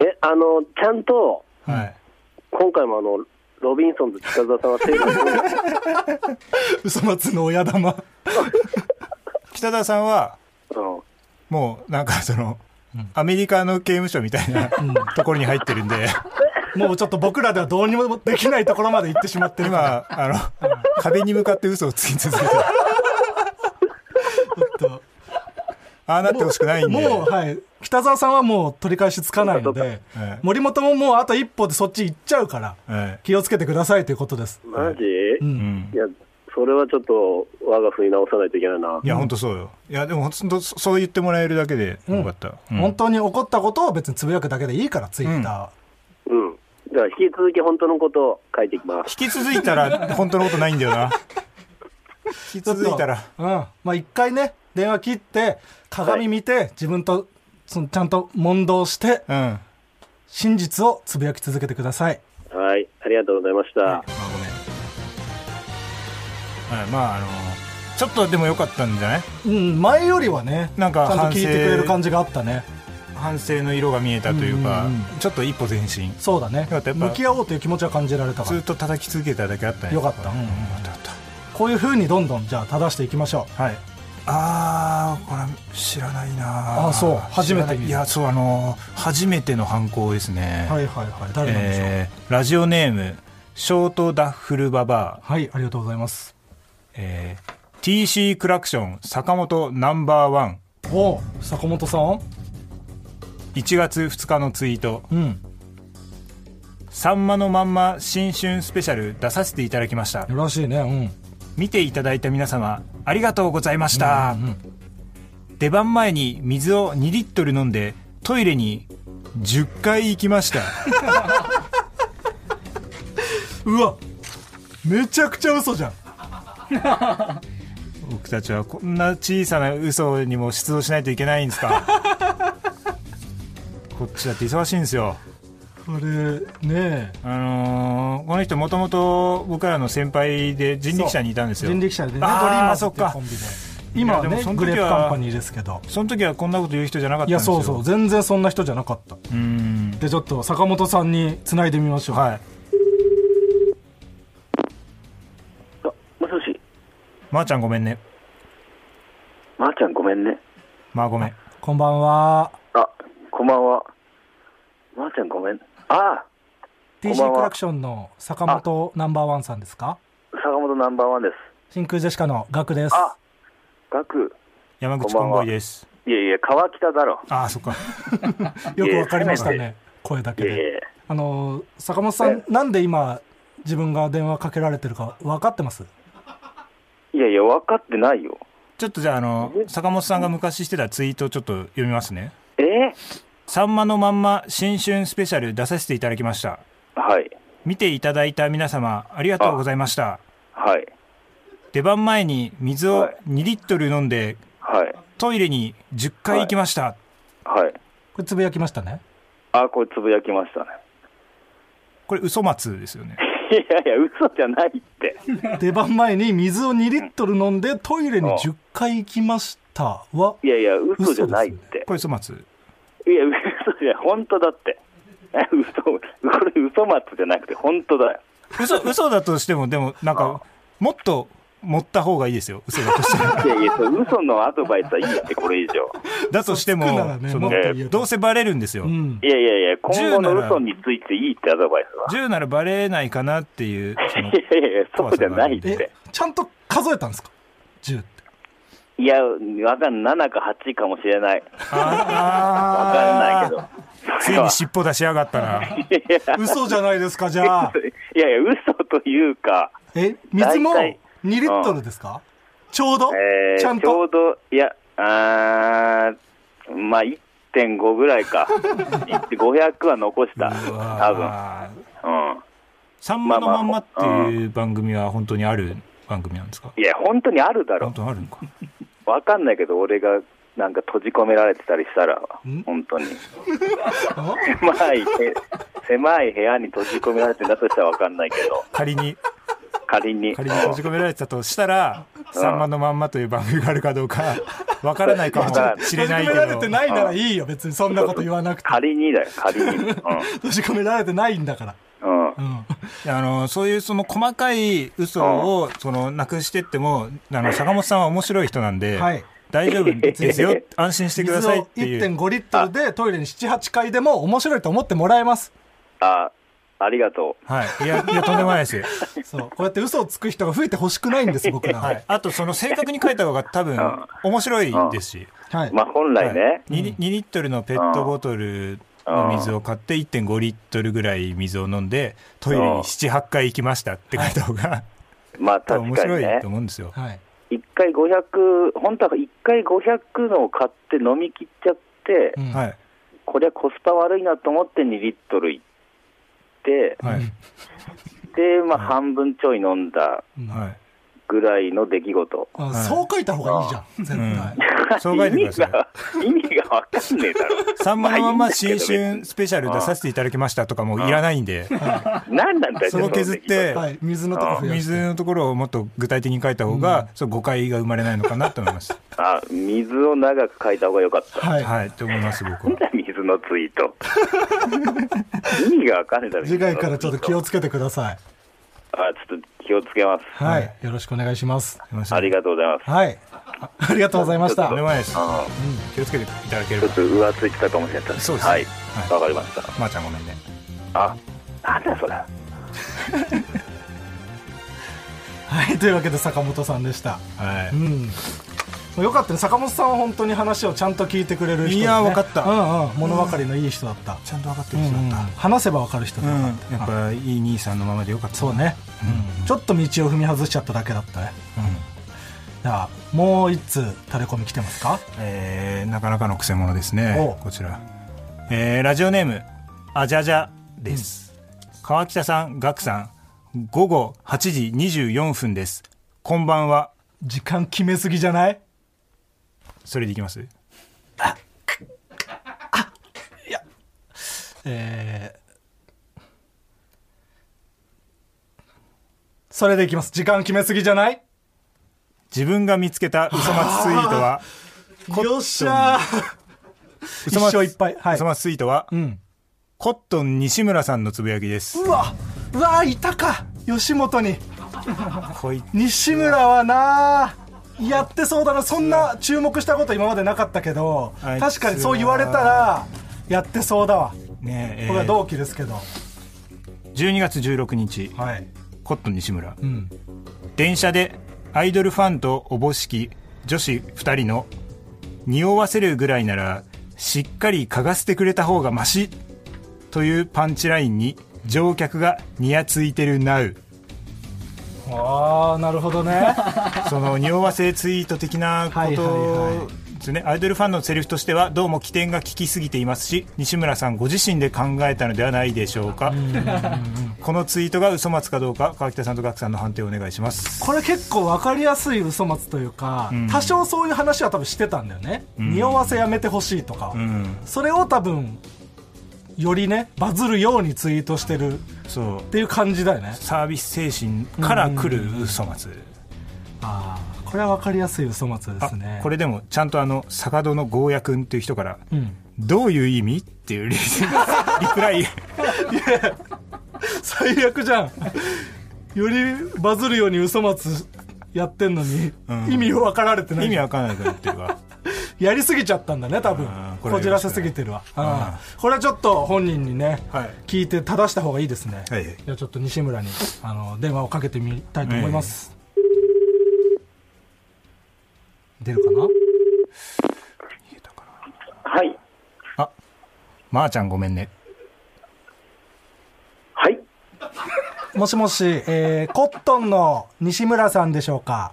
Speaker 5: え、あの、ちゃんと、
Speaker 2: はい。
Speaker 5: 今回もあの、ロビンソンズ近澤さんはセーフティーネッ
Speaker 3: 嘘松の親玉
Speaker 2: 北田さんは、
Speaker 5: トうん
Speaker 2: もう、なんかその、アメリカの刑務所みたいなところに入ってる んで、
Speaker 3: もうちょっと僕らではどうにもできないところまで行ってしまってるから
Speaker 2: 今、あの、壁に向かって嘘をつき続けて、
Speaker 3: ちょっと
Speaker 2: ああなってほしくないんで。
Speaker 3: もう、はい。北沢さんはもう取り返しつかないので
Speaker 2: そっかそっかはい、
Speaker 3: 森本ももうあと一歩でそっち行っちゃうから、
Speaker 2: はい。
Speaker 3: 気をつけてくださいということです。
Speaker 5: マジ、
Speaker 2: うん
Speaker 5: い。や、それはちょっと我が振り直さないといけないな。
Speaker 2: いや、ほんとそうよ。いや、でもほんと、そそう言ってもらえるだけでよかった。うん
Speaker 3: 本当に起こったことを別につぶやくだけでいいから、ツイッタ
Speaker 5: うん。じゃあ、引き続き本当のことを書いていきます。
Speaker 2: 引き続いたら、本当のことないんだよな。引き
Speaker 3: ー。ちょっと
Speaker 2: 続いたら。
Speaker 3: うん。まあ一回ね、電話切って、鏡見て、自分と、そのちゃんと問答して、
Speaker 2: うん。あ
Speaker 3: 真実をつぶやき続けてください。
Speaker 5: はい。ありがとうございました。
Speaker 2: ごめん。はい、まあ、あの、ちょっとでも良かったんじゃない
Speaker 3: うん、前よりはね、
Speaker 2: なんか
Speaker 3: ちゃんと聞いてくれ
Speaker 2: 反
Speaker 3: る
Speaker 2: 省
Speaker 3: 感じがあったね。
Speaker 2: 反省の色が見えたという
Speaker 3: う
Speaker 2: か、
Speaker 3: んうん
Speaker 2: ちょっと一歩前進。
Speaker 3: そうだね。
Speaker 2: かったやっぱ
Speaker 3: 向き合おうという気持ちは感じられたか
Speaker 2: ず
Speaker 3: ら
Speaker 2: っ。と叩き続けただけあったね。
Speaker 3: よかった
Speaker 2: う
Speaker 3: う
Speaker 2: ん
Speaker 3: んうん
Speaker 2: よかったよかっ
Speaker 3: こういう風にどんどん、じゃあ正していきましょう。
Speaker 2: た。はい。あー、これは知らないな
Speaker 3: あそう初めて見る
Speaker 2: 知らないいや、そう、あの、初めての犯行ですね。
Speaker 3: はいはいはい。誰なんでしょう、
Speaker 2: えーラジオネームショートダッフルババア、
Speaker 3: はい、ありがとうございます。
Speaker 2: えー TC クラクション坂本ナンバーワン
Speaker 3: おう坂本さん
Speaker 2: 1月2日のツイート
Speaker 3: うん。
Speaker 2: 「さんまのまんま新春スペシャル」出させていただきました
Speaker 3: よろしいね。うん。
Speaker 2: 見ていただいた皆様ありがとうございました、出番前に水を2リットル飲んでトイレに10回行きました
Speaker 3: うわめちゃくちゃ嘘じゃん
Speaker 2: 僕たちはこんな小さな嘘にも出動しないといけないんですかこっちだって忙しいんですよ
Speaker 3: これね
Speaker 2: あのーこの人もともと僕らの先輩で人力車にいたんですよ
Speaker 3: 人力車でねドリ
Speaker 2: あー
Speaker 3: ーマーズ
Speaker 2: そ
Speaker 3: っ
Speaker 2: って
Speaker 3: いう
Speaker 2: か
Speaker 3: コンビで今はい
Speaker 2: やで
Speaker 3: ね
Speaker 2: もその
Speaker 3: グ
Speaker 2: 時は
Speaker 3: レープカンパニーですけど
Speaker 2: その時はこんなこと言う人じゃなかった
Speaker 3: い
Speaker 2: んで
Speaker 3: や
Speaker 2: すよ
Speaker 3: そうそう全然そんな人じゃなかった
Speaker 2: うん
Speaker 3: でちょっと坂本さんにつないでみましょう
Speaker 2: はい
Speaker 5: あもしもし
Speaker 2: まー、ちゃんごめんね
Speaker 5: まー、ちゃんごめんね
Speaker 2: まあごめん
Speaker 3: こんばんは
Speaker 5: あこんばんはまー、ちゃんごめんああ
Speaker 3: TC
Speaker 5: ん
Speaker 3: ク
Speaker 5: ばんは
Speaker 3: ラクションの坂本ナンバーワンさんですか
Speaker 5: 坂本ナンバーワンです
Speaker 3: 真空ジェシカのガクです
Speaker 5: あガク
Speaker 2: 山口
Speaker 5: こん
Speaker 2: コ
Speaker 5: ば
Speaker 2: ン
Speaker 5: んは
Speaker 2: ボイです
Speaker 5: いやいや川北だろ
Speaker 2: ああそっか
Speaker 3: よくわかりました
Speaker 5: いや
Speaker 3: ね声だけ
Speaker 5: いやい
Speaker 3: で
Speaker 5: や
Speaker 3: あの坂本さんなんで今自分が電話かけられてるか分かってます
Speaker 5: いやいや分かってないよ
Speaker 2: ちょっとじゃああの坂本さんが昔してたツイートをちょっと読みますね
Speaker 5: えー、
Speaker 2: 「さんまのまんま新春スペシャル出させていただきました
Speaker 5: はい
Speaker 2: 見ていただいた皆様ありがとうございました
Speaker 5: はい
Speaker 2: 出番前に水を
Speaker 5: はい
Speaker 2: 2リットル飲んで
Speaker 5: はい
Speaker 2: トイレに10回行きました、
Speaker 5: は
Speaker 3: こ
Speaker 5: い
Speaker 3: れつぶやきましたね
Speaker 5: あこれつぶやきましたね
Speaker 2: これ嘘松ですよね
Speaker 5: いやいや嘘じゃないって
Speaker 3: 出番前に水を2リットル飲んでトイレに
Speaker 5: ああ
Speaker 3: 10回行きましたはい
Speaker 5: やいや嘘じゃないっ
Speaker 3: 嘘
Speaker 5: て
Speaker 2: これ嘘松
Speaker 5: いや、嘘じゃ、本当だって。え嘘、これ嘘松じゃなくて、本当だよ。
Speaker 2: 嘘嘘だとしてもでもなんかもっと持った方がいいですよ嘘だとしても
Speaker 5: いやいや、それ嘘のアドバイスはいいって、これ以上。
Speaker 2: だとしても
Speaker 3: 嘘つくならね
Speaker 2: そ
Speaker 3: も
Speaker 2: の
Speaker 3: っと言えば
Speaker 2: どうせバレるんですよ、
Speaker 3: うん
Speaker 5: いやいやいや、今後の
Speaker 2: 10なら
Speaker 5: 嘘についていいってアドバイスは。
Speaker 2: 10ならバレないかなっていう その
Speaker 5: いやいや、そうじゃないっ
Speaker 3: え
Speaker 5: て。
Speaker 3: ちゃんと数えたんですか10って
Speaker 5: いや、わかんない、7か8かもしれない。わ
Speaker 2: あ
Speaker 5: かんないけど。
Speaker 2: ーついに尻尾出しやがった な
Speaker 3: 嘘じゃないですかじゃあ
Speaker 5: いやいや、嘘というか、
Speaker 3: え水も
Speaker 5: 大
Speaker 3: 2リ
Speaker 5: 体
Speaker 3: ットルですかちょうど、
Speaker 5: えー
Speaker 3: ちゃん
Speaker 5: ちょ
Speaker 3: と
Speaker 5: うど、いや、あーまあ、1.5ぐらい か。500は残した、多分。
Speaker 2: あー
Speaker 5: うん。
Speaker 2: さんまのまんまっていう番組は本当にある番組なんですか
Speaker 5: いや、本当にあるだろ
Speaker 2: 本。当にあるのか
Speaker 5: わかんないけど、俺がなんか閉じ込められてたりしたら
Speaker 3: ん、
Speaker 5: 本当に。狭いへ、狭い部屋に閉じ込められてんだとしたらわかんないけど、
Speaker 2: 仮に
Speaker 5: 仮に。
Speaker 2: 仮に閉じ込められてたとしたら「さんまのまんま」という番組があるかどうかわからないかもし
Speaker 3: 閉
Speaker 2: れ
Speaker 3: じ
Speaker 2: ない
Speaker 3: 込
Speaker 2: け
Speaker 3: められて
Speaker 2: ど
Speaker 3: ないならいいよ別にそんなこと言わなくて
Speaker 5: 仮にだよ、 仮に。うん。
Speaker 3: 閉じ込められてないんだから
Speaker 5: うん。
Speaker 3: うん
Speaker 2: あのそういうその細かい嘘をそのなくしてってもあの坂本さんは面白い人なんで
Speaker 3: はい
Speaker 2: 大丈夫ですよ安心してくだ
Speaker 3: 水
Speaker 2: さいっ
Speaker 3: を
Speaker 2: ていう
Speaker 3: 1.5リットルでトイレに78回でも面白いと思ってもらえます
Speaker 5: あ、ありがと
Speaker 2: はい、いやいやとんでもないですよ
Speaker 3: そうこうやって嘘をつく人が増えてほしくないんです僕らは、
Speaker 2: はい、あとその正確に書いた方が多分
Speaker 5: ん。
Speaker 2: 面白いですし、
Speaker 3: はいう
Speaker 5: まあ、本
Speaker 2: はい
Speaker 5: 来ね、
Speaker 2: 2, リ2リットルのペットボトルの水を買って1.5リットルぐらい水を飲んでトイレに78回行きましたって書いた方が
Speaker 5: まあ、
Speaker 2: 多分
Speaker 5: 確
Speaker 2: 面白
Speaker 5: かに
Speaker 2: い
Speaker 5: ね
Speaker 2: と、思うんですよ。
Speaker 3: はい
Speaker 5: 一回500、本当は一回500のを買って飲み切っちゃって
Speaker 3: う、ん
Speaker 2: はい、
Speaker 5: こりゃコスパ悪いなと思って2リットルいって、
Speaker 2: はい、
Speaker 5: で、まあ、半分ちょい飲んだ
Speaker 2: は
Speaker 5: ぐらいの出来事。
Speaker 3: あ
Speaker 2: はい
Speaker 3: そう書いた方がいいじゃん、絶対。
Speaker 2: い。そう書いてください。
Speaker 5: 意味が意味がわかんねえだろ。
Speaker 2: さんまのまんま新
Speaker 5: まあいいん
Speaker 2: 春スペシャル出させていただきましたとかもういらないんで、
Speaker 5: 何なんだよ、
Speaker 2: そこ削っ
Speaker 5: の出来
Speaker 2: て、
Speaker 3: はい、水のとこ増やし
Speaker 2: 水
Speaker 3: て。
Speaker 2: のところをもっと具体的に書いた方が、その誤解が生まれないのかなと思いまし
Speaker 5: 事。あ、水を長く書いた方が良かった。
Speaker 3: は
Speaker 2: た。
Speaker 3: い。
Speaker 2: はい、と思います、僕
Speaker 5: なん
Speaker 2: は。
Speaker 5: だ水のツイート。意味がわかんねえだろ。
Speaker 3: 次回からちょっと気を
Speaker 5: つ
Speaker 3: つけてください。
Speaker 5: あ、ちょっと気をつけます。
Speaker 3: は
Speaker 2: はいい。
Speaker 3: よろしくお願いします。
Speaker 5: あり
Speaker 2: が
Speaker 5: がとうございます。
Speaker 3: はい。あありがとうございまし
Speaker 5: ちょ
Speaker 3: た
Speaker 5: っ
Speaker 2: とう。ございます。
Speaker 5: あ
Speaker 2: 気をつけていただけれ
Speaker 5: ちょ
Speaker 2: ば
Speaker 5: っ。と浮ついてたかもしれない。
Speaker 2: そうですね
Speaker 5: はい
Speaker 2: はい。
Speaker 5: わかりました。
Speaker 2: まー、ちゃんごめんね。
Speaker 5: あ、なんだよそれ。
Speaker 3: はい、というわけで坂本さんでした。
Speaker 2: は
Speaker 3: う
Speaker 2: い。
Speaker 3: ん。もうよかったね坂本さんは本当に話をちゃんと聞いてくれる人、ね、
Speaker 2: いや分かった
Speaker 3: うんうん、物分かりのいい人だった、
Speaker 2: ちゃんと分かってる人だっ
Speaker 3: 話せば分かる人
Speaker 2: た、
Speaker 3: だ
Speaker 2: う
Speaker 3: っ
Speaker 2: ん
Speaker 3: た、
Speaker 2: やっぱいい兄さんのままでよかった
Speaker 3: そうね、ちょっと道を踏み外しちゃっただけだったね
Speaker 2: うん、
Speaker 3: じゃあもう一通タレコミ来てますか
Speaker 2: えーなかなかのくせ者です
Speaker 3: お
Speaker 2: ね
Speaker 3: う
Speaker 2: こちら、えーラジオネームあじゃじゃです、川北さんガクさん午後8時24分ですこんばんは
Speaker 3: 時間決めすぎじゃない
Speaker 2: それでいきます
Speaker 3: えーそれでいきます時間決めすぎじゃない
Speaker 2: 自分が見つけた嘘松ツイートは
Speaker 3: よっしゃー
Speaker 2: 嘘松
Speaker 3: 一生いっぱいはい
Speaker 2: 嘘松ツイートは、
Speaker 3: ん
Speaker 2: コットン西村さんのつぶやきです
Speaker 3: うわうわいたか吉本に
Speaker 2: こい
Speaker 3: 西村はなやってそうだなそんな注目したこと今までなかったけど
Speaker 2: あいつは
Speaker 3: 確かにそう言われたらやってそうだわ
Speaker 2: ねえー
Speaker 3: これは同期ですけど、
Speaker 2: 12月16日、
Speaker 3: はい
Speaker 2: コットン西村、
Speaker 3: ん
Speaker 2: 電車でアイドルファンとおぼしき女子2人の匂わせるぐらいならしっかり嗅がせてくれた方がマシというパンチラインに乗客がニヤついてるなう
Speaker 3: ああなるほどね
Speaker 2: その匂わせツイート的
Speaker 3: は
Speaker 2: なこ
Speaker 3: いはいは
Speaker 2: とですねアイドルファンのセリフとしてはどうも起点が効きすぎていますし西村さんご自身で考えたのではないでしょうかこのツイートが嘘松かどうか川北さんとガクさんの判定をお願いします
Speaker 3: これ結構分かりやすい嘘松というか、多少そういう話は多分してたんだよね、匂わせやめてほしいとか、
Speaker 2: うん
Speaker 3: それを多分よりねバズるようにツイートしてるっ
Speaker 2: そう
Speaker 3: ていう感じだよね
Speaker 2: サービス精神から来る嘘松
Speaker 3: ああこれは分かりやすい嘘松で
Speaker 2: あ
Speaker 3: すね
Speaker 2: これでもちゃんとあの坂戸のゴーヤ君っていう人から
Speaker 3: ん
Speaker 2: どういう意味っていうリ リプライ
Speaker 3: 最悪じゃんよりバズるように嘘松やってんのに、
Speaker 2: うん
Speaker 3: 意味分かられてない
Speaker 2: 意味わかんないくなってるわ
Speaker 3: やりすぎちゃったんだね多分
Speaker 2: あーこ
Speaker 3: こ
Speaker 2: れは
Speaker 3: じらせすぎてるわ、
Speaker 2: ろしくね
Speaker 3: うんこれはちょっと本人にね、
Speaker 2: はい
Speaker 3: 聞いて正した方がいいですね、
Speaker 2: はいはい
Speaker 3: じゃあちょっと西村にあの電話をかけてみたいと思います、出るかな
Speaker 5: はい、
Speaker 2: あまー、ちゃんごめんね
Speaker 5: はい、
Speaker 3: もしもし、えーコットンの西村さんでしょうか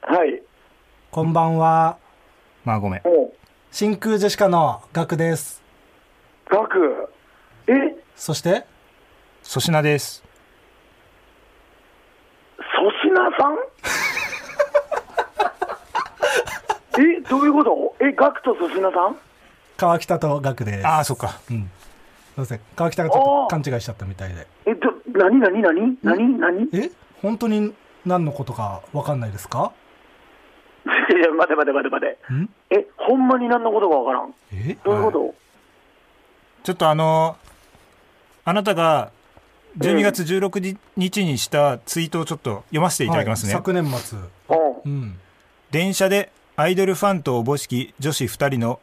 Speaker 5: はい、
Speaker 3: こんばんは
Speaker 2: まあごめん
Speaker 5: も
Speaker 3: 真空ジェシカのガクです
Speaker 5: う、ガク、え、
Speaker 3: そして
Speaker 2: 粗品です
Speaker 5: 粗品さんえ、どういうことえ、ガクと粗品さん
Speaker 3: 川北とガクです
Speaker 2: ああそっか
Speaker 3: すいません川北がちょっと勘違いしちゃったみたいで
Speaker 5: え、ど、なになになになにな に
Speaker 3: え本当に何のことか分かんないですか
Speaker 5: いや、待て待て待て待て。え、ほんまに何のことかわからん。
Speaker 3: え
Speaker 5: どういうこと、
Speaker 2: ちょっとあのあなたが12月16日にしたツイートをちょっと読ませていただきますね、
Speaker 3: 昨年末
Speaker 5: う。
Speaker 3: うんん
Speaker 2: 電車でアイドルファンとおぼしき女子2人の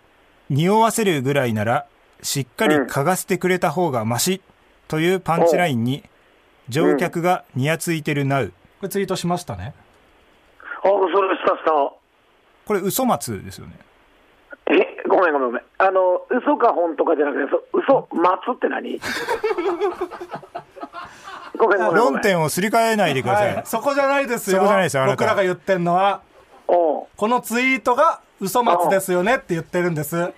Speaker 2: 匂わせるぐらいならしっかり嗅がせてくれた方がマシというパンチラインに乗客がニヤついてるなう
Speaker 3: これツイートしましたね
Speaker 5: あ、それしたした。
Speaker 2: これ嘘松ですよね
Speaker 5: え、ごめんごめんごめん。あの、嘘か本とかじゃなくて、そ嘘、待つって何ごめんごめんごめん。
Speaker 2: 論点をすり替えないでください、
Speaker 3: はいそこじゃないですよ
Speaker 2: そこじゃないですよあなた
Speaker 3: 僕らが言ってんのは
Speaker 5: おう
Speaker 3: このツイートが嘘松ですよねって言ってるんですうん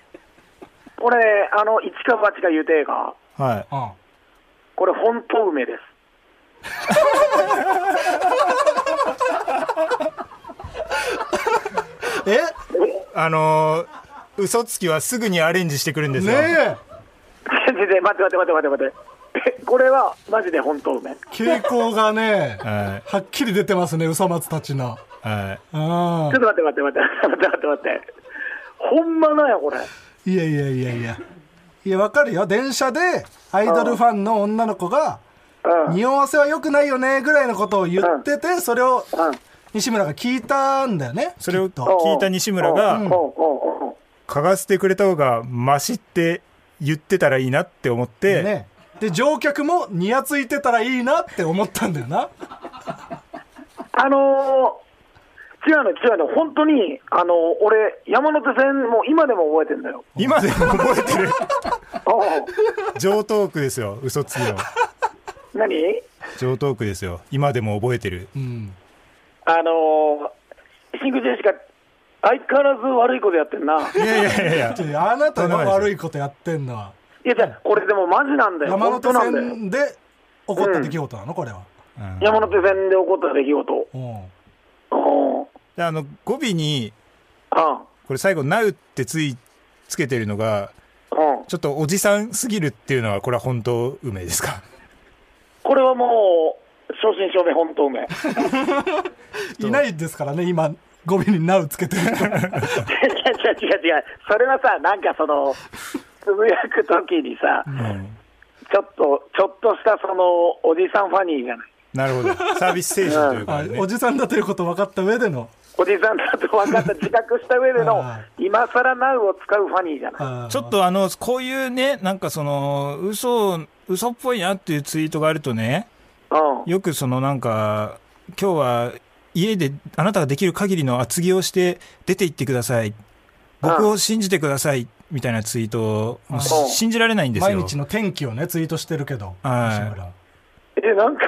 Speaker 5: 俺、あの、一か八か言うてええか。
Speaker 2: はい
Speaker 5: これ、本当梅です。
Speaker 3: え
Speaker 2: あのー嘘つきはすぐにアレンジしてくるんですよ、
Speaker 3: ねえ
Speaker 5: 全然、待て待て待て待て待て。えこれは、マジで本当梅。ち
Speaker 3: 傾向がね
Speaker 2: はい
Speaker 3: はっきり出てますね嘘松たちの
Speaker 2: は
Speaker 3: うん
Speaker 5: ょっと待って待って待って、待って待って待って。ほんまなんや、これ。
Speaker 3: いやいやいやいや。いや、わかるよ。電車でアイドルファンの女の子が、
Speaker 5: うん。
Speaker 3: 匂わせは良くないよね、ぐらいのことを言ってて、それを
Speaker 5: うん。
Speaker 3: 西村が聞いたんだよね。
Speaker 2: い、それを
Speaker 3: きっと
Speaker 2: 聞いた西村が、
Speaker 5: おうおうおうおう
Speaker 2: 嗅がせてくれた方がマシって言ってたらいいなって思って、
Speaker 3: ね。で、乗客もニヤつい てたらいいなって思ったんだよな。
Speaker 5: あのー、
Speaker 6: 違うの、違うの、本当に、あの、俺、山手線、もう今でも覚えてんだよ。
Speaker 2: 今でも覚えてる。
Speaker 6: おう
Speaker 2: 上トークですよ、嘘つきの。
Speaker 6: 何
Speaker 2: 上トークですよ、今でも覚えてる。
Speaker 3: うん。
Speaker 6: あのー、真空ジェシカ、相変わらず悪いことやってんな。い
Speaker 2: いやいやいやい
Speaker 3: ち
Speaker 2: や、
Speaker 3: ょあなたが悪いことやってんのは、
Speaker 6: や、じゃあこれでもマジなんだよ。
Speaker 3: 山
Speaker 6: 本当
Speaker 3: 手
Speaker 6: なんだよ。
Speaker 3: 線で起こった出来事なの、これは。
Speaker 2: うん
Speaker 6: 山手線で起こった出来事。
Speaker 3: うん。
Speaker 6: うん。
Speaker 2: であの語尾に、
Speaker 6: あ
Speaker 2: これ最後、なうってついつけてるのが、
Speaker 6: うん。うん。
Speaker 2: ちょっとおじさんすぎるっていうのは、これは本当、運命ですか。
Speaker 6: これはもう、正真正銘、本当名。
Speaker 3: いないですからね、今、語尾になるつけてる 人。
Speaker 6: 違う違う違う違う、それはさ、なんかその、つぶやくときにさ、ちょっと、ちょっとしたその、おじさんファニーじゃない。
Speaker 2: なるほど、サービス精神というか、
Speaker 3: あ
Speaker 2: ね
Speaker 3: お、じさんだということ分かった上での。
Speaker 6: おじさんだと分かった、自覚した上での
Speaker 3: ああ、
Speaker 6: 今更ナウを使うファニーじゃない。
Speaker 3: あー
Speaker 2: ちょっとあの、こういうね、なんかその、嘘を、嘘っぽいなっていうツイートがあるとね、
Speaker 6: うん。
Speaker 2: よくそのなんか、今日は家であなたができる限りの厚着をして出て行ってください。僕を信じてください。みたいなツイートを、もうし
Speaker 6: うん
Speaker 2: 信じられないんです
Speaker 3: 毎
Speaker 2: よ。
Speaker 3: 日の天気をね、ツイートしてるけど、
Speaker 2: はい
Speaker 3: 西村
Speaker 6: え、なんか、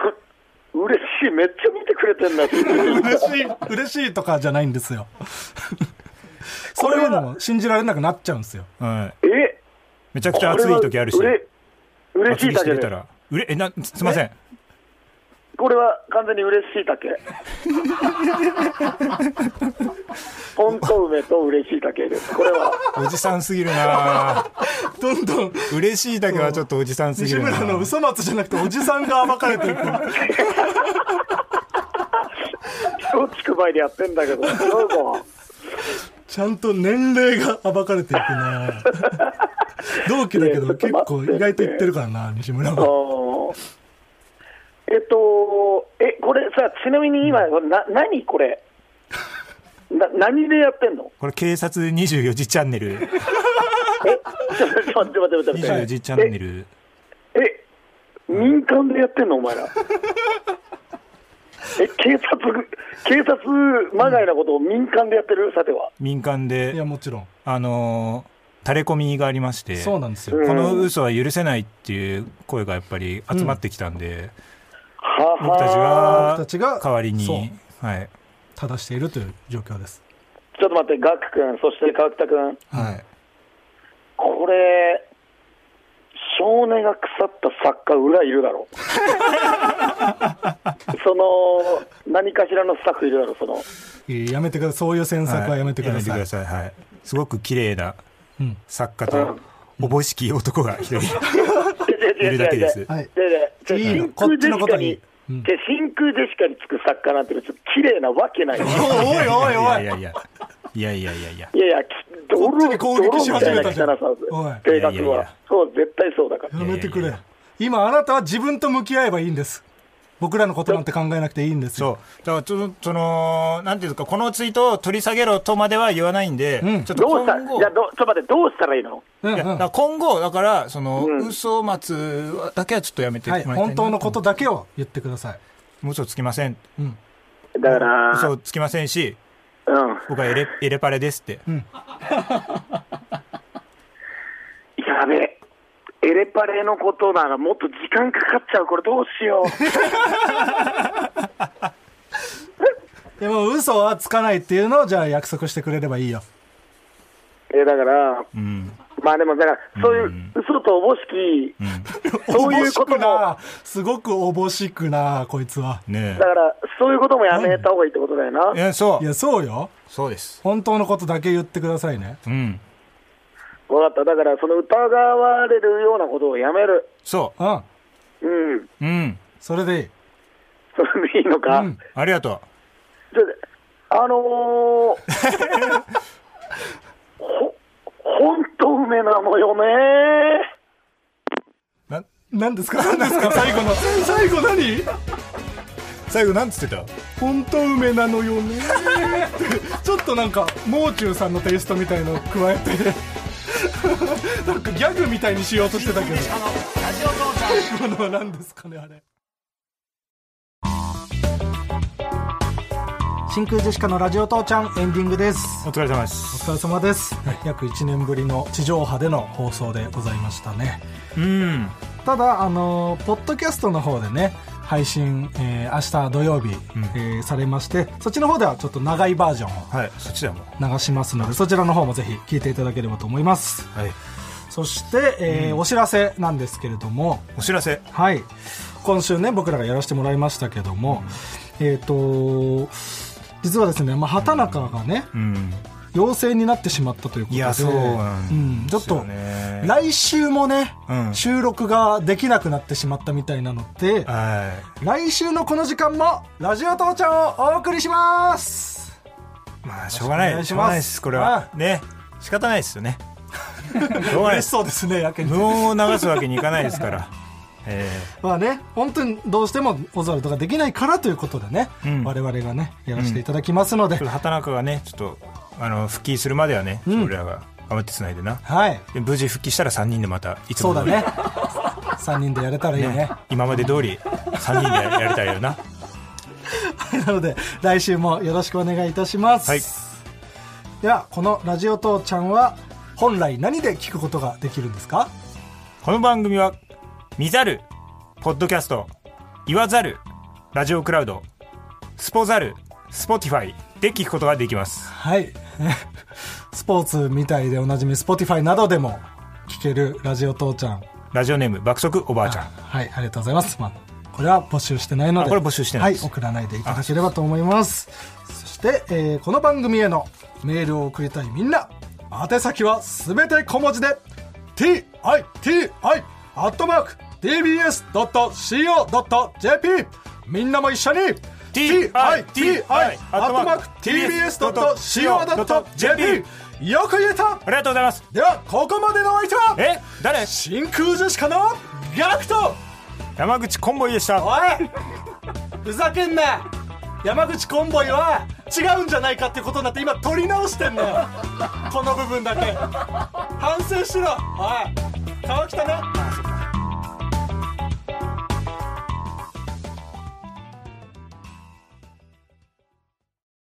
Speaker 6: 嬉しい、めっちゃ見てくれてんだって。
Speaker 3: 嬉しい、 嬉しいとかじゃないんですよ。 そういうのも信じられなくなっちゃうんですよ。
Speaker 2: はい。
Speaker 6: え
Speaker 2: めちゃくちゃ暑い時あるし
Speaker 6: こ、れはうれ嬉し
Speaker 2: 厚
Speaker 6: い
Speaker 2: 着し
Speaker 6: だ
Speaker 2: て
Speaker 6: け
Speaker 2: 出た
Speaker 6: で。
Speaker 2: ら。うれ、え、な、すすいません。
Speaker 6: これは完全に嬉し いだけ。本当梅と嬉しいだけです。これは。
Speaker 2: おじさんすぎるな
Speaker 3: どんどん、
Speaker 2: 嬉しいだけはちょっとおじさんすぎ
Speaker 3: 西
Speaker 2: るな
Speaker 3: 村の嘘松じゃなくて、おじさんが暴かれていく。
Speaker 6: 松竹梅でやってんだけど、違うか。
Speaker 3: ちゃんと年齢が暴かれていくね。同期だけど、結構意外と言ってるからな、西村
Speaker 6: あ
Speaker 3: は。
Speaker 6: ーえっと、え、これさ、ちなみに今、な、何これ。な、何でやってんの。
Speaker 2: これ警察24時チャンネル、
Speaker 6: ちょっと待って待って待って
Speaker 2: 24
Speaker 6: 待って。
Speaker 2: 時チャンネル。
Speaker 6: え、民間でやってんの、お前ら。え、警察、警察まがいなことを民間でやってる、さては。
Speaker 2: 民間
Speaker 3: いや、
Speaker 2: で、
Speaker 3: もちろん。
Speaker 2: あのー、垂れ込みがありまして。
Speaker 3: そうなんですよ。
Speaker 2: この嘘は許せないっていう声がやっぱり集まってきたんで、
Speaker 6: は
Speaker 2: 僕たち
Speaker 6: は。
Speaker 2: は
Speaker 3: 僕たちが
Speaker 2: 代わり
Speaker 3: そう
Speaker 2: に、はい
Speaker 3: 正しているという状況です。
Speaker 6: ちょっと待って、ガック君、そして川北君。
Speaker 2: はい、
Speaker 6: これ、少年が腐った作家、裏いるだろう。その、何かしらのスタッフいるだろう、その。
Speaker 3: いいやめてください。そういう詮索はやめてください。
Speaker 2: さいはいすごく綺麗な
Speaker 3: うん
Speaker 2: 作家と、おぼしき男が一人いるだけです
Speaker 3: はい。
Speaker 6: で、で、
Speaker 3: いいの
Speaker 6: 真空
Speaker 3: こっち
Speaker 6: ジェ
Speaker 3: のこ
Speaker 6: シ
Speaker 3: と
Speaker 6: カ
Speaker 3: に
Speaker 6: に、で真空ジェシカにつく作家なんて、ちょっと綺麗なわけない。い
Speaker 3: おいおいお
Speaker 2: い
Speaker 3: い
Speaker 2: やいやいやいやいやいやいや
Speaker 6: やいや、き泥
Speaker 3: こっちに攻撃し
Speaker 6: 泥み
Speaker 3: 始め
Speaker 6: たいな
Speaker 3: た
Speaker 6: 汚
Speaker 3: じゃん
Speaker 6: さをする
Speaker 3: おい
Speaker 6: 性
Speaker 2: いやい
Speaker 6: 格
Speaker 2: やい
Speaker 6: は
Speaker 2: や。
Speaker 6: そう、絶対そうだから。
Speaker 3: やめてく
Speaker 2: いや
Speaker 3: れ
Speaker 2: いやいや。
Speaker 3: 今、あなたは自分と向き合えばいいんです。僕らのことなんて考えなくていいんですよ。
Speaker 2: そうだからちょっとそのなんていうかこのツイートを取り下げろとまでは言わないんで、
Speaker 3: うん
Speaker 2: ちょっと
Speaker 6: どうした、
Speaker 2: 今
Speaker 6: じ
Speaker 2: 後
Speaker 6: ゃあど、ちょっと待って、どうしたらいいの
Speaker 3: うんうん
Speaker 2: いやだから今後だからその、嘘松だけはちょっとやめても
Speaker 3: は
Speaker 2: らい
Speaker 3: い。
Speaker 2: たいな
Speaker 3: 本当のことだけを言ってください。
Speaker 2: 嘘つきません
Speaker 6: だから、
Speaker 2: 嘘つきませんし
Speaker 6: うん。
Speaker 2: 僕はエレエレパレですって
Speaker 6: やべえ。エレパレのことならもっと時間かかっちゃう。これどうしよう。
Speaker 3: でも嘘はつかないっていうのをじゃあ約束してくれればいいよ。
Speaker 6: え、だから、
Speaker 2: うん
Speaker 6: まあでも、だから、そういう嘘とおぼしき、そういうことも、だ
Speaker 3: な、すごくおぼしくな、こいつは。
Speaker 2: ね
Speaker 6: から、そういうこともやめた方がいいってことだよな
Speaker 2: え。い。やそ
Speaker 3: いうや、そうよ。
Speaker 2: そうです
Speaker 3: 本当のことだけ言ってくださいね。
Speaker 2: うん
Speaker 6: わかった。だから、その疑われるようなことをやめる。
Speaker 2: そ
Speaker 3: うん。
Speaker 6: うん。
Speaker 2: ううん
Speaker 3: それでいい。
Speaker 6: それでいいのか。
Speaker 3: うん
Speaker 2: ありがと
Speaker 6: ちょっとあのー、ほ、ほんと梅なのよね
Speaker 2: うな
Speaker 3: 何ですか何ですか最後の。最後何
Speaker 2: 最後なんつってた
Speaker 3: 本当梅なのよね。ちょっとなんか、もう中さんのテイストみたいのを加えて。なんかギャグみたいにしようとしてたけど。最後の何ですかね、あれ。真空ジェシカのラジオ父ちゃんエンディングです
Speaker 2: お疲れ様で
Speaker 3: お
Speaker 2: す。
Speaker 3: 疲れ様です、約1年ぶりの地上波での放送でございましたね
Speaker 2: うん。
Speaker 3: ただあのーポッドキャストの方でね配信、えー明日土曜日、えーされましてそっちの方ではちょっと長いバージョンを
Speaker 2: はい、そっちだもん。
Speaker 3: 流しますのでそちらの方もぜひ聞いていただければと思います
Speaker 2: はい。
Speaker 3: そして、えーお知らせなんですけれども
Speaker 2: お知らせ。
Speaker 3: はい今週ね僕らがやらせてもらいましたけども、えっ、と実はですね、まあ、畑中がね、
Speaker 2: うん。
Speaker 3: 陽性になってしまったということで
Speaker 2: いやそうなん
Speaker 3: うんち
Speaker 2: で
Speaker 3: ょっ
Speaker 2: すよ
Speaker 3: と
Speaker 2: ね
Speaker 3: 来週もね、
Speaker 2: うん
Speaker 3: 収録ができなくなってしまったみたいなので
Speaker 2: は
Speaker 3: 来週のこの時間も「ラジオ父ちゃん」をお送りします
Speaker 2: い。まあ、しょうがな
Speaker 3: お願い
Speaker 2: い。
Speaker 3: します
Speaker 2: しょうがないです、これ
Speaker 3: は
Speaker 2: は。ね。仕方ないですよね。 しょうがないで
Speaker 3: 嬉し
Speaker 2: す。
Speaker 3: そうですねやけに
Speaker 2: 無音を流すわけにいかないですから。 え
Speaker 3: まあね、本当にどうしてもオズワルドができないからということでね、
Speaker 2: うん
Speaker 3: 我々がね、やらせていただきますので、
Speaker 2: え畑中がね、ちょっと、あの、復帰するまではね、
Speaker 3: ん
Speaker 2: 俺らが頑張ってつないでな。
Speaker 3: はい、
Speaker 2: で無事復帰したら3人でまた、いつ
Speaker 3: そ
Speaker 2: も
Speaker 3: うだ
Speaker 2: 通り
Speaker 3: ね、3人でやれたらいいね。
Speaker 2: ね今まで通り3人でやりたいよな。
Speaker 3: なので、来週もよろしくお願いいたします。
Speaker 2: はい
Speaker 3: では、このラジオ父ちゃんは、本来何で聞くことができるんですか
Speaker 2: この番組は見ざるポッドキャスト言わざるラジオクラウドスポざるスポティファイで聞くことができます
Speaker 3: はい。 スポーツみたいでおなじみ、Spotify などでも聞けるラジオ父ちゃん。
Speaker 2: ラジオネーム爆速おばあちゃん
Speaker 3: はい、ありがとうございます。まあ、これは募集してないので、
Speaker 2: あこれ募集してない
Speaker 3: は
Speaker 2: で
Speaker 3: い、
Speaker 2: す
Speaker 3: 送らないでいただければと思います。そして、えーこの番組へのメールを送りたいみんな、宛先はすべて小文字で、t i t i アットマーク tbs co jp みんなも一緒に
Speaker 2: TITI
Speaker 3: アットマーク tbs co jp よく言えた
Speaker 2: ありがとうございます
Speaker 3: ではここまでのお相手は
Speaker 2: え誰
Speaker 3: 真空ジェシカのガクト
Speaker 2: 山口コンボイでした
Speaker 3: おいふざけんな山口コンボイは違うんじゃないかってことになって今取り直してんのよこの部分だけ反省しろおい川北ね